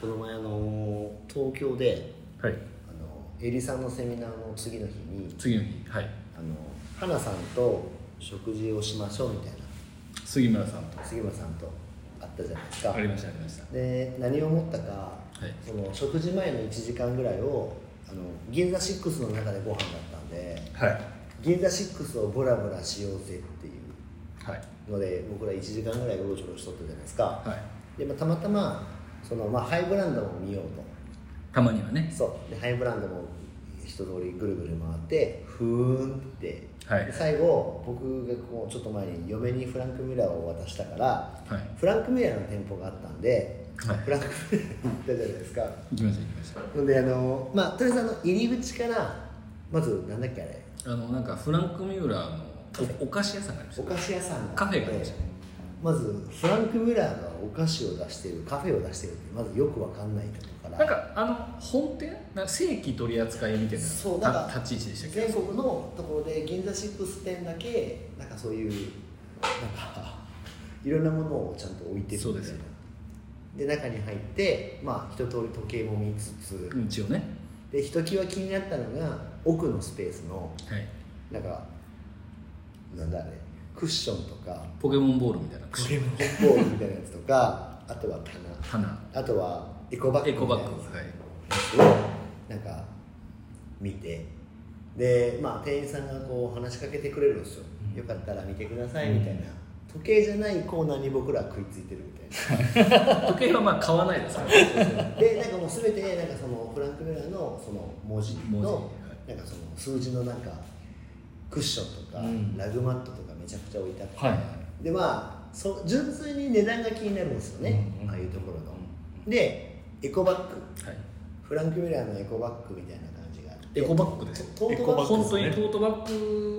この前あの東京ではいあのエリさんのセミナーの次の日に次の日はいあの花さんと食事をしましょうみたいな杉村さんと杉村さんと会ったじゃないですかありましたありましたで何を思ったか、いその食事前の1時間ぐらいをあの銀座6の中でご飯だったんではい銀座6をブラブラしようぜっていうはいので僕ら1時間ぐらいうろちょろしとったじゃないですか、はいでまあたまたまその、まあ、ハイブランドも見ようたまにはとねそうでハイブランドも一通りぐるぐる回ってふーんって、はいで最後僕がこうちょっと前に嫁にフランクミュラーを渡したから、はいフランクミュラーの店舗があったんで、はいフランクミュラーに行ったじゃないですか行きました行きましたほんであのまあとりあえずあの入り口からまずなんだっけあれあのなんかフランク・ミューラーのおお菓子屋さんがありましおた菓子屋さんがカフェがありましたねまずフランク・ミュラーがお菓子を出してるカフェを出してるってまずよくわかんないところかなんらかあの本店なんか正規取り扱いみたいなそうなんかた立ち位置でしたっ全国のところで銀座シップス店だけなんかそういうなんか いろんなものをちゃんと置いてるみたいなそうですよで中に入ってまあ一通り時計も見つつ、けうん一応ねでひときわ気になったのが奥のスペースのはいなんかなんだあれクッションとかポケモンボールみたいなクレームボールみたいなやつとかあとは棚花あとはエコバッグエみたコいなバやッグはいつをなんか見てでまあ店員さんがこう話しかけてくれるんですよ、よかったら見てくださいみたいな、時計じゃないコーナーに僕らは食いついてるみたいな時計はまあ買わないですからねでなんかもう全てなんかそのフランク・ミュラーのその文字文字はのなんかその数字のなんかクッションとか、うんラグマットとかめちゃくちゃ置いてあって、はいでまあそ純粋に値段が気になるんですよね、うんうんああいうところの、でエコバッグはいフランク・ミュラーのエコバッグみたいな感じがあってエコバッグですトトートバッグ本当にトートバッ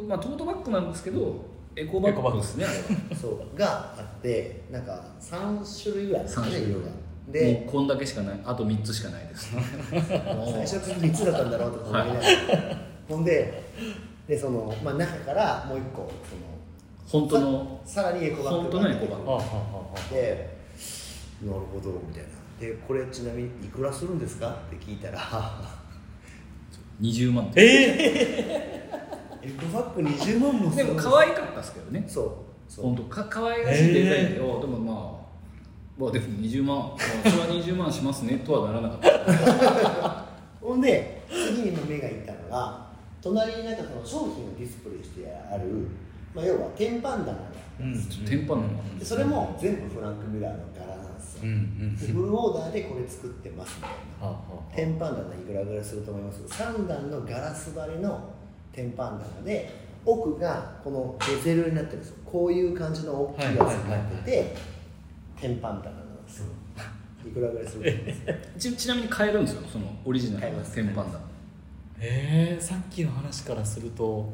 グまあトートバッグなんですけどエコバッグですねあれはそうがあってなんか3種類ぐらいあるんです三ね種類色がもでうこんだけしかないあと3つしかないです もう最初3つだったんだろうとか思いながら、ほんででその、まあ、中からもう一個その本当のささらにエコバッグ本当のエコバッグはあはあはあでなるほどみたいなでこれちなみにいくらするんですかって聞いたら20万でええエコバッグ20万もすでるも可愛かったですけどねそうそう本当か可愛らしいデザインで、おでもまあまあでも20万まあそれは20万しますねとはならなかったほんで次に目がいったのが隣になんかその商品をディスプレイしてある、まあ、要は天板棚があったんですよ、天パンなのかでそれも全部フランク・ミュラーの柄なんですよ、うんうんでフルオーダーでこれ作ってますみたいなはあはあ天板棚いくらぐらいすると思います3段のガラス張りの天板棚で奥がこのベゼルになってるんですよこういう感じの大きいやつになってて天板棚なんですよいくらぐらいすると思いますちちなみに買えるんですよそのオリジナ買ルえのます天パンダええさっきの話からすると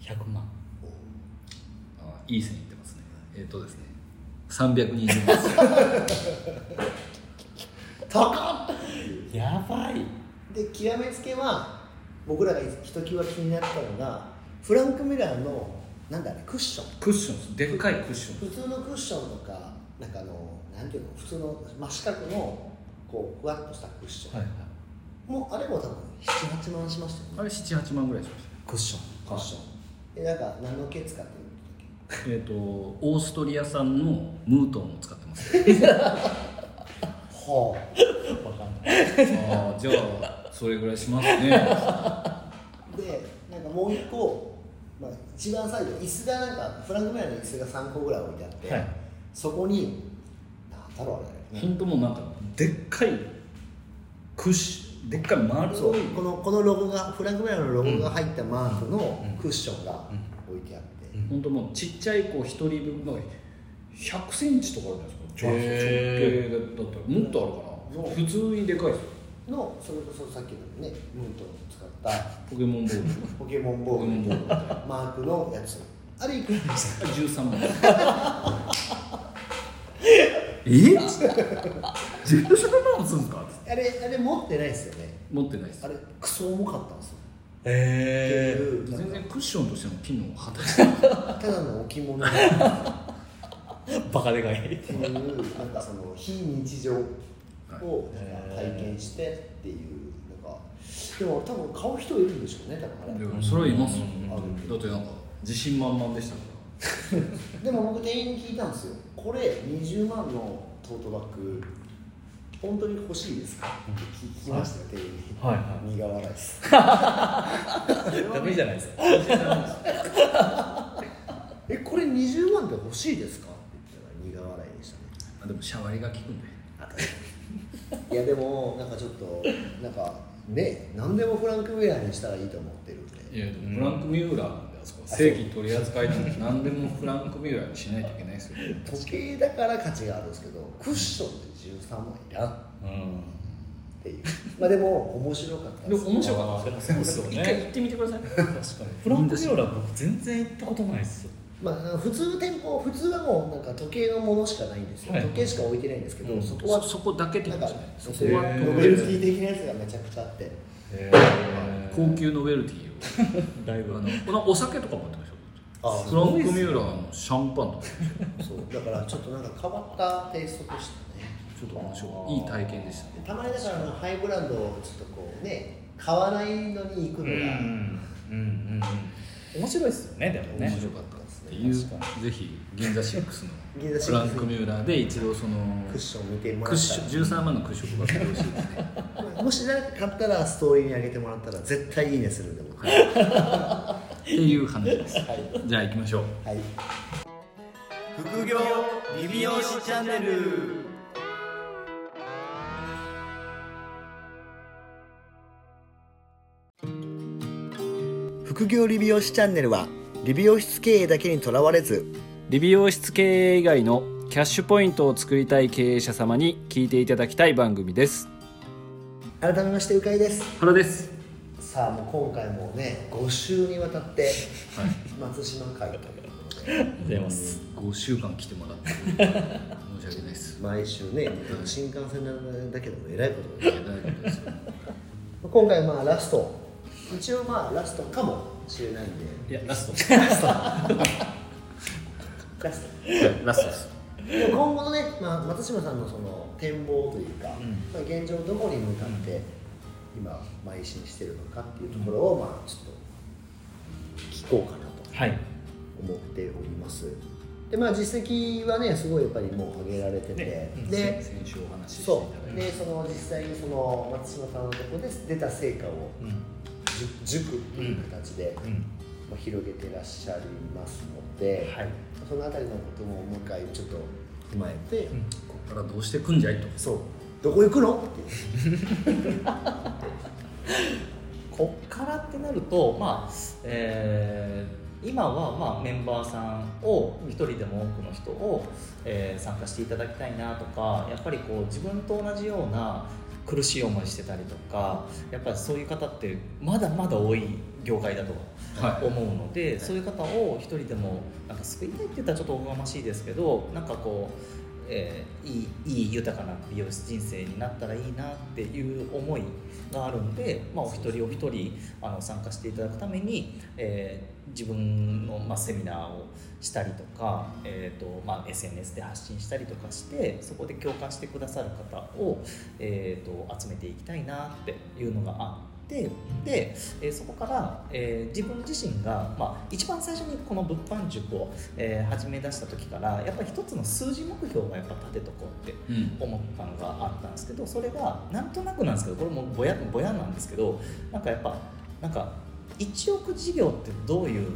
100万あいい線いってますねえっ、とですね320万です高っやばいで極めつけは僕らがひときわ気になったのがフランク・ミュラーのなんだあれクッション クッションですでっかいクッション普通のクッションとかなんかあのなんていうの普通の真四角のこうふわっとしたクッション、はいもうあれも多分78万しましたよねあれ78万ぐらいしましクッションクッションでなんか何の毛使ってるんだっけたえっ、とオーストリア産のムートンを使ってますはわかんないああじゃあそれぐらいしますね あでなんかもう一個、まあ、一番最後椅子がなんかフランク・ミュラーの椅子が3個ぐらい置いてあって、はいそこになんだろうあれ、本当もうなんかでっかいクッションでっかい丸そういこのこのロゴがフランク・ミュラーのロゴが入ったマークのクッションが置いてあって、本当もうちっちゃい子一人分の100センチとかあるじゃないへですか直径だったらもっとあるかそなう普通にでかいですよのそれこそさっきのねムートンを使ったポケモンボール ポケモンボールポケモンボーマークのやつあれいくらでした13万え十13万もするんかあれあれ持ってないですよね持ってないですあれクソ重かったんですよええ全然クッションとしての機能を果たしてないただの置物だっバカでかいていうなんかその非日常をなんか体験してっていうのがでも多分買う人いるんでしょうね多分あでれもそれはいますようんだってなんか自信満々でしたかでも僕店員に聞いたんですよこれ20万のトートバッグ本当に欲しいですかって聞きましたよ店員にはいは苦笑いですいダメじゃないですからえこれ20万で欲しいですかって言ったら苦笑いでしたねあでもシャワリが効くんでいやでもなんかちょっとなんかね何でもフランク・ウェアにしたらいいと思ってるんいでやでもフランク・ミューラーなんであそこ正規取り扱いなんで何でもフランク・ミューラーにしないといけないですよね時計だから価値があるんですけどクッションで13万いらんっうんていうまあでも面白かったででもす面白かったそうですよね一回行ってみてください確かにフランク・ミューラー僕全然行ったことないですよまあ普通の店舗普通はもうなんか時計のものしかないんですよ、はい時計しか置いてないんですけど、うんそこそはそこだけってなこんとかですねそそここははノベルティ的なやつがめちゃくちゃあってへ高級ノベルティーだいぶをあのこのお酒とか持ってましあたーフランク・ミューラーのシャンパンとかそうだからちょっとなんか変わったテイストでしたねちょっと面白いいい体験でしたねたまにだからあのハイブランドをちょっとこうね買わないのに行くうんのうが、んうん面白いですよねでも面ね白かったっていう確かぜひ銀座銀6の座シックスフランク・ミューラーで一度そのクッション見てもクらッったシらョン13万のクッションが欲しいですねもし何か買ったらストーリーに上げてもらったら絶対いいねするんで僕はっていう話で すいじゃあ行きましょうはい副業リビオシチャンネル副業理美容師チャンネルは理美容室経営だけにとらわれず理美容室経営以外のキャッシュポイントを作りたい経営者様に聞いていただきたい番組です改めましてうかいです原ですさあもう今回もね5週にわたって松島会ということでありがとうございます5週間来てもらって申し訳ない です毎週ね新幹線なんだけどもえらいこといや大丈夫ですよ今回まあラスト一応まあラストかもしれないんでいやラストラストはいラストですでも今後のね、まあ、松島さんのその展望というか、んまあ、現状どこに向かって今邁進してるのかっていうところをまあちょっと聞こうかなと はい思っておりますでまあ実績はねすごいやっぱりもう上げられてて、ねうんで先週お話ししていそただいうてでその実際にその松島さんのところで出た成果をじゅ塾という形で、まあ、広げてらっしゃいますので、はいそのあたりのことももう一回ちょっと踏まえて、ここからどうしてくんじゃいとそうどこ行くのっていうこっからってなるとまあえー今はまあメンバーさんを一人でも多くの人を、えー参加していただきたいなとかやっぱりこう自分と同じような苦しい思いしてたりとかやっぱりそういう方ってまだまだ多い業界だとはい思うので、そういう方を一人でもなんか救いたいって言ったらちょっとおこがましいですけどなんかこう。えーいいいい豊かな美容師人生になったらいいなっていう思いがあるんで、まあ、お一人お一人あの参加していただくために、えー自分の、まあ、セミナーをしたりとか、えーとまあ、SNS で発信したりとかしてそこで共感してくださる方を、えー、と集めていきたいなっていうのがあって。で、えーそこから、えー自分自身が、まあ、一番最初にこの物販塾を、えー始め出した時からやっぱり一つの数字目標がやっぱ立てとこうってうん思ったのがあったんですけどそれがなんとなくなんですけどこれもぼやぼやなんですけどなんかやっぱなんか1億事業ってどういう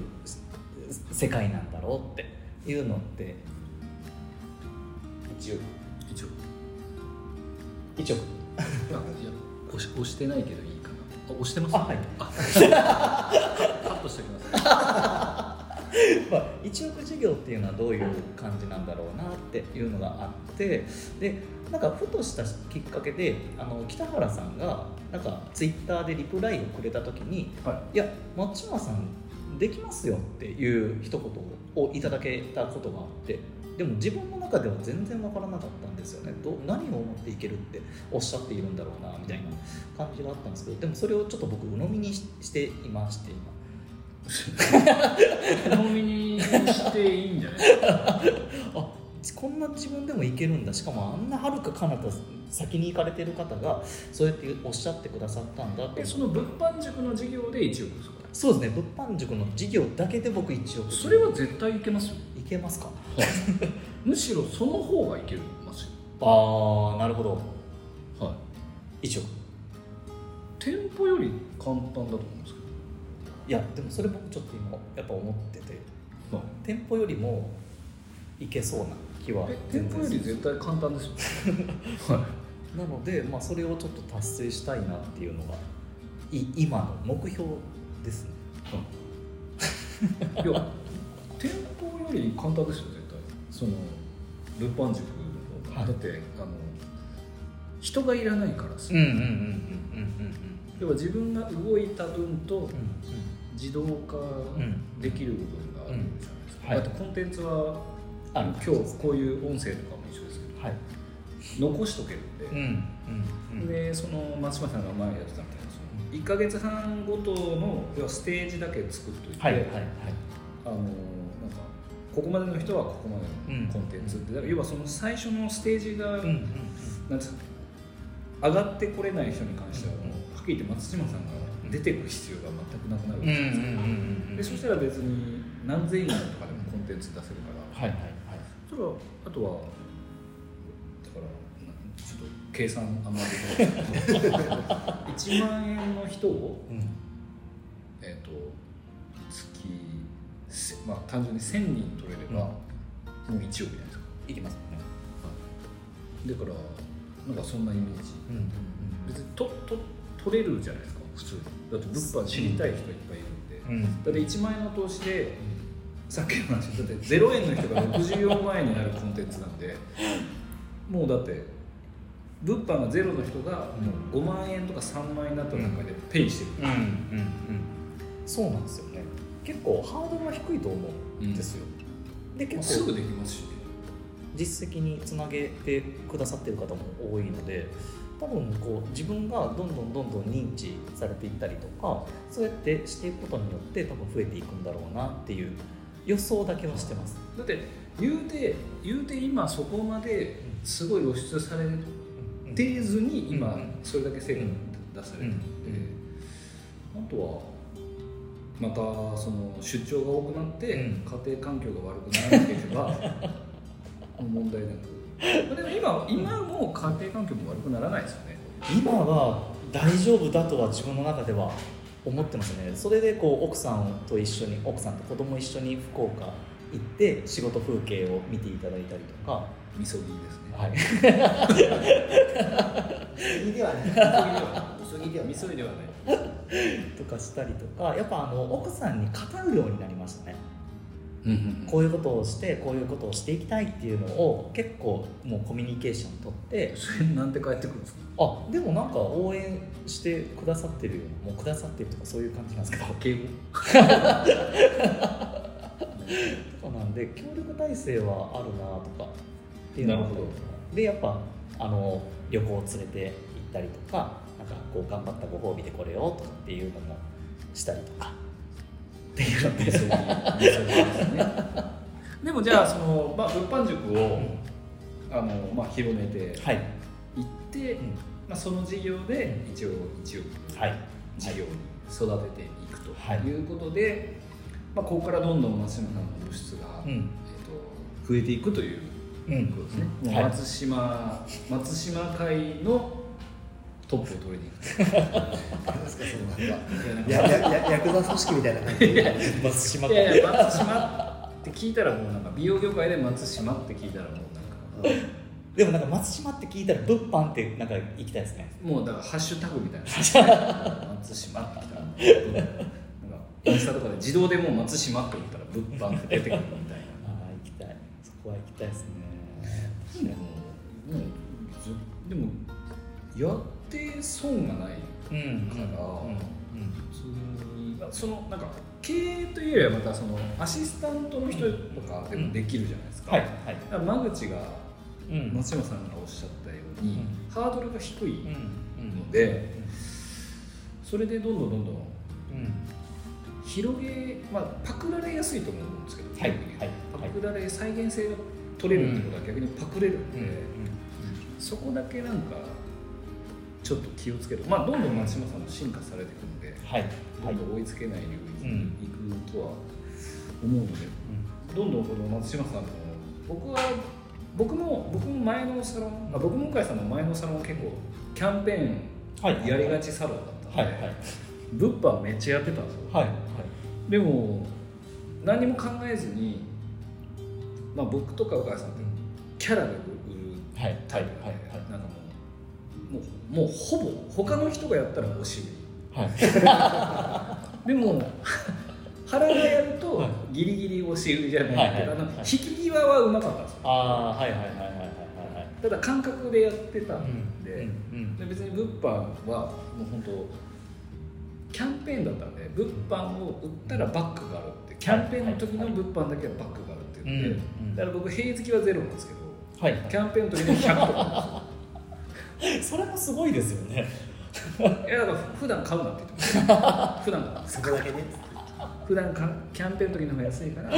世界なんだろうっていうのって一応一応1億あいや押し押してないけどいいかなあ押してますあはいあカットしておきますまあ、1億事業っていうのはどういう感じなんだろうなっていうのがあってでなんかふとしたきっかけであの北原さんがなんかツイッターでリプライをくれた時に「、はいや松島さんできますよ」っていう一言をいただけたことがあってでも自分の中では全然わからなかったんですよねど何を思っていけるっておっしゃっているんだろうなみたいな感じがあったんですけどでもそれをちょっと僕鵜呑みにししていまして今。 飲みにしていいんじゃないあこんな自分でもいけるんだしかもあんなはるか彼方先に行かれてる方がそうやっておっしゃってくださったんだってえその物販塾の授業で1億ですかそうですね物販塾の授業だけで僕一応それは絶対いけますよいけますかむしろその方がいけますよああなるほどはい一応店舗より簡単だと思うんですけいやでもそれ僕ちょっと今やっぱ思っててど、は、店舗よりもいけそうな気はいえ店舗より絶対簡単ですよはいなので、まあ、それをちょっと達成したいなっていうのがい今の目標ですねいや店舗より簡単ですよ絶対その物販塾の方が、はいだってあの人がいらないからさ、うんうんうんうんうん要は自分が動いた分とうんう自動化できる部分があるじゃないですか、うんはいだってコンテンツはある今日こういう音声とかも一緒ですんはいけど残しとけるんで、うんうんうんでその松島さんが前やってたみたいなその1か月半ごとの要はステージだけ作っといて、はいはいはいあのなんかここまでの人はここまでうんのコンテンツって、だから要はその最初のステージが、うんうんなんですか上がってこれない人に関してはもうはっきり言って松島さんが出てくる必要が全くなくなるわうけんうんうじゃないですか、んうんでそしたら別に何千円とかでもコンテンツ出せるからはいはいはいそれはあとはだからなちょっと計算あんまりできないですけど1万円の人をうんえー、と月せ、まあ、単純に1000人取れれば、もう1億じゃないですかいきますねだからなんかそんなイメージうんうん別にとと取れるじゃないですか普通にだって物販知りたい人いっぱいいるんで、うんうんだって1万円の投資でさっきの話だって0円の人が64万円になるコンテンツなんでもうだって物販がゼロの人がもう5万円とか3万円になった段階でペイしてる、うんうんうんそうなんですよね結構ハードルは低いと思うんですよ、でまあ結す構ぐできますし実績につなげてくださってる方も多いので多分こう自分がどんどんどんどん認知されていったりとかそうやってしていくことによって多分増えていくんだろうなっていう予想だけはしてます。だって言うて言うて今そこまですごい露出されていずに今うんそれだけ成果が出されてるうんんであとはまたその出張が多くなって家うん庭環境が悪くならなければ 問題なくでも今今はもう家庭環境も悪くならないですよね今は大丈夫だとは自分の中では思ってますねそれでこう奥さんと一緒に奥さんと子供一緒に福岡行って仕事風景を見ていただいたりとか、みそぎですねはい、急ぎでは ない急ぎではないみそぎではないとかしたりとかやっぱあの奥さんに語るようになりましたねここういうことをしてこういうことをしていきたいっていうのを結構もうコミュニケーション取ってうそれなんて帰ってくるんですかあでもなんか応援してくださってるようなもうくださってるとかそういう感じなんですけど敬語そうなんで協力体制はあるなとかっていうのがあったなりとかるでやっぱあの旅行を連れて行ったりとかなんかこう頑張ったご褒美でこれをとかっていうのもしたりとかっていうので理想理想ですねでもじゃあその、まあ、物販塾を、あのまあ、広めてはいいって、うんまあ、その事業で一応一応はい事業に育てていくとはいいうことで、まあ、ここからどんどん松島さんの物質が、うえっんと増えていくといううことですね、うんもうはい松島、松島会のトップを取りに行く何ですかそのなんかといやなんかやややヤクザ組織みたいな感じで 松島いかやいや松島って聞いたらもうなんか美容業界で松島って聞いたらもうなんかでもなんか松島って聞いたら物販ってなんか行きたいですねもうだからハッシュタグみたいな松島って来たらなんかインスタとかで自動でもう松島って言ったら物販って出てくるみたいなああ行きたいそこは行きたいですでねももうずでもやって損がないうんかうんらうん普通に、まあ、そのなんか経営というよりはまたそのアシスタントの人とかでもできるじゃないですか,、はいはいだから間口がうん松山さんがおっしゃったように、うハードルが低いうんので、それでどんどんどんどんうん広げ、まあ、パクられやすいと思うんですけど、はい基本的にはいパクられ、再現性が取れるってことは逆にパクれるんで、うんそこだけなんかちょっと気をつけるまあどんどん松島さんも進化されていくんではいどはいんどん追いつけない領域に行くとは思うので、どんどんこの松島さんの僕は僕も僕も前のサロンあ僕も向井さんの前のサロン結構キャンペはいーンやりがちサロンだったんで、はいはい物販めっちゃやってたんですよ、はいはいでも何も考えずに、まあ、僕とかお母さんってキャラで売るはいタイプなんで、なんかもうもうもうほぼ他の人がやったらおしはい売りで も原がやるとはいギリギリおし売りじゃないけど、はいはいあの引き際はうまかったんですよああはいはいはいはいはいはいただ感覚でやってたはいんで、うんで別に物販はもう本当キャンペーンだったんで物販を売ったらバックがあるってキャンペーンの時の物販だけはバックがあるっていうので、うんうんだから僕平月はゼロなんですけどはいキャンペーンの時に100とかはいそれもすごいですよねなんですよいやだから普段買うなって言ってます普段そこだけね普段かキャンペーンの時の方が安いからも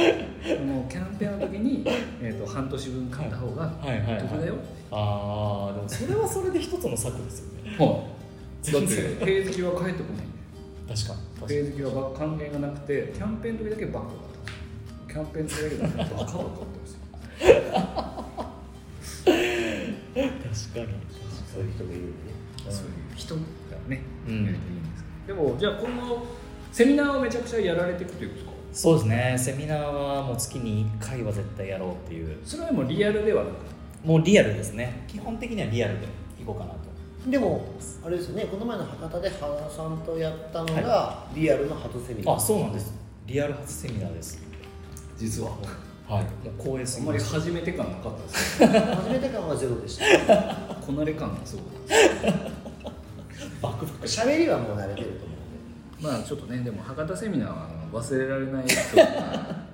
うキャンペーンの時に、えー、と半年分買った方がはいはいはい得だよ、ああでもそれはそれで一つの策ですよねはい だって平月は帰ってこないんで確かに確かペにージは還元がなくてキャンペーンの時だけバックだったキャンペーンの時だけバカバカってました確かにそういう人もいるんでねそういう人がね、うんいるといいんですけどでもじゃあ今後セミナーをめちゃくちゃやられていくということですかそうですねセミナーはもう月に1回は絶対やろうっていうそれはもうリアルではなくもうリアルですね基本的にはリアルでいこうかなとでもあれですよねこの前の博多で原さんとやったのが、リアルの鳩セミナーあそうなんですリアル初セミナーです実ははいもう光栄あすんぎまります初めて感なかったです ね初めて感はゼロでしたこなれ感がすごかったでバックバック喋りはもう慣れてると思うんですまあちょっとねでも博多セミナーはあの忘れられないというか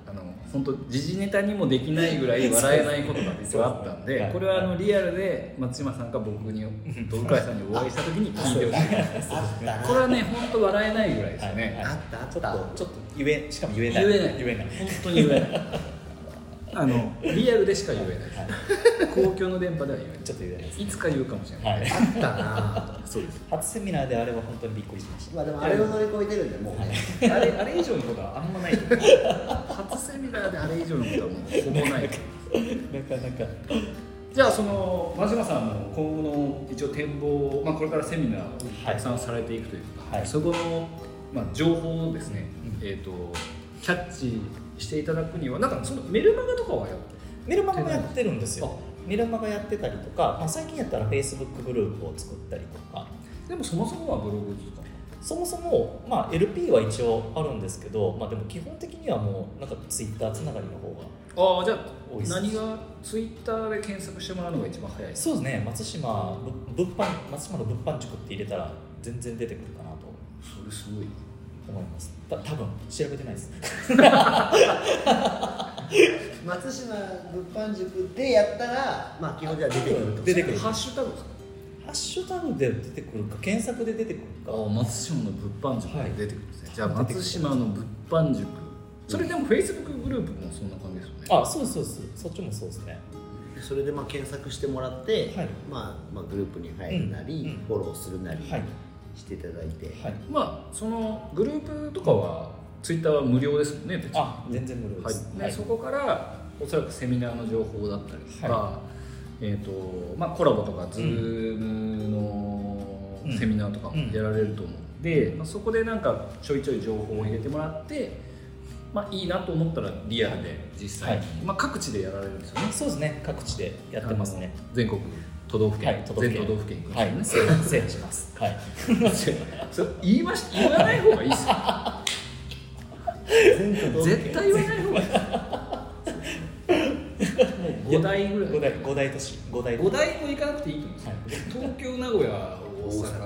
あの本当時事ネタにもできないぐらい笑えないことが実はあったんそうそうでこれはあのリアルで松島さんか僕にと向井さんにお会いした時に聞いてほしいあったなこれはね、本当笑えないぐらいですよはいはいね。あったあちょっっとたちょっと言えしかも言え言なえいない、言えない本当に言えない。あの、リアルでしか言えない。公共の電波では言えちょっと言えないですない。いつか言うかもしれない。はいあったな そうです。初セミナーであれは本当にびっくりしましたまあでもあれを乗り越えてるんでもう、あれ、あれ以上のことはあんまない。初セミナーであれ以上のことはもうほぼ ない。なかなかじゃあ、その、真島さんの今後の一応展望を、まあ、これからセミナーをたくさんされていくというか、はいそこの、まあ、情報をですね、うえっ、と、キャッチしていただくには、なんかそのメルマガとかはやってメルマガもやってるんですよあメルマガやってたりとか、まあ、最近やったら Facebook グループを作ったりとかでもそもそもはブログですかそもそも、まあ、LP は一応あるんですけど、まあ、でも基本的にはもうなんか Twitter つながりの方あがあじゃあ多いです何がツイッターで検索してもらうのが一番早いですそうですね松島ぶ物販松島の物販塾って入れたら全然出てくるかなとそれすごい思いますた多分調べてないです松島物販塾でやったらまあ基本では出てくると出てくるハッシュタグですかハッシュタグで出てくるか検索で出てくるかああ松島の物販塾はいで出てくるんですね、じゃあ出てくる松島の物販塾それでもフェイスブックグループもそんな感じですよねあそうですそうですそっちもそうですねそれでまあ検索してもらって、はいまあ、まあグループに入るなり、うんうんフォローするなりはいしていただいて、はいまあそのグループとかはツイッターは無料ですもんね別にあ全然無料ではいす、でそこからおそらくセミナーの情報だったりとか、はえーとまあ、コラボとか Zoom のセミナーとかもやられると思うんで、まあ、そこでなんかちょいちょい情報を入れてもらって、まあ、いいなと思ったらリアルで実際に、はいまあ、各地でやられるんですよねそうですね各地でやってますねあの全国都道府県、はい都道府県全都道府県行くんはいです制よね、制 覇しますはいそれ言いまし言わない方がいいですよ全都道府絶対言わない 方がいいですもう5台ぐらい五大五大都市五大都五市大も行かなくていいと思うんですよ、東京名古屋大大阪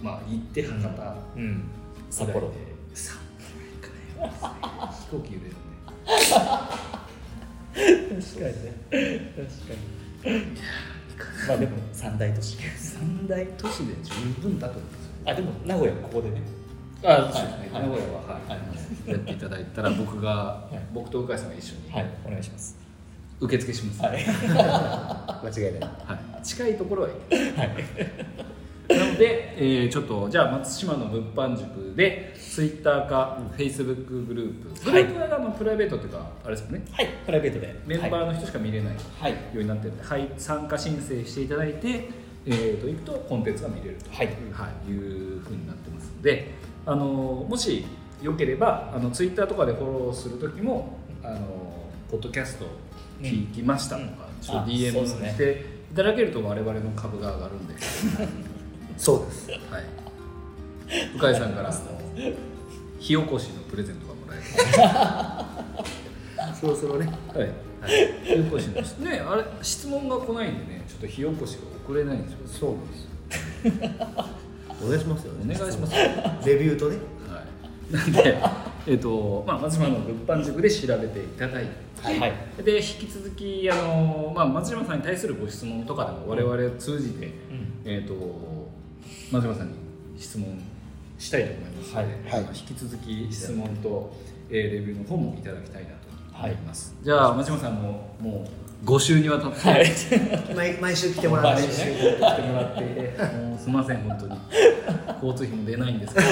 まあ行って博多ぐらいでうん札幌札幌行かないですね飛行機揺れるん確かにね確かにまあでも三大都市で三大都市で十分だと思うんですよあでも名古屋ここでねあそうでですすねね、名古屋ははい、やっていただいたら僕が、い僕と鵜飼さんが一緒に、はいお願いします受付します、 はい間違いないはい、近いところは行く、なので、えーちょっとじゃあ松島の物販塾でツイッターかフェイスブックグループグルはいープはあのプライベートというかあれですよねはいプライベートでメンバーの人しか見れないよはいうになってるので、はい、参加申請していただいて、えー、と行くとコンテンツが見れると、はいはい、いうふうになってますのであのもしよければあのツイッターとかでフォローする時もあのポッドキャスト聞きましたとか、うんちょっとあそうです DM ねしていただけると我々の株が上がるんで、そう ですはい、向井さんからあの火起こしのプレゼントがもらえるそろそろねはい、はい、火起こしのねあれ質問が来ないんでねちょっと火起こしが遅れないんですよそうなんですお願いしますよお願いしますレビューとねはい、なんで、えっとまあ、松島の物販塾で調べていただいて、はいはいで引き続きあの、まあ、松島さんに対するご質問とかでも我々を通じて、んえっと松島さんに質問したいと思いますので、はいあの引き続き質問と、えーレビューの方もいただきたいなと思います、じゃあ松島さんももう5週にわたってはい来毎毎週来てもらっ毎て週ねてもらっていて、もうすみません本当に交通費も出ないんです けど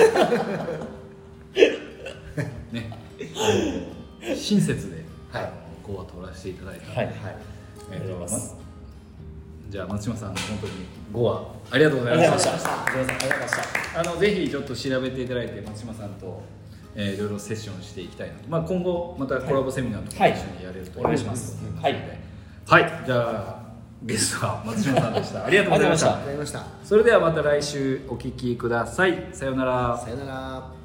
ね、あの親切で、はいあのこうは取らせていただいたので、はいえーとありがとうございますまじゃあ松島さん本当に5話ありがとうござありいがまとうしごたざいました上手ありがとうございましたあのぜひちょっと調べていただいて松島さんと、えーいろいろセッションしていきたいなと、まあ、今後またコラボセミナーとかはい一緒にやれるとお願いします思のではい、じゃあゲストは松島さんでしたありがとうございましありがとうござありがとうございたいましたましたそれではまた来週お聞きくださいさようならさよなら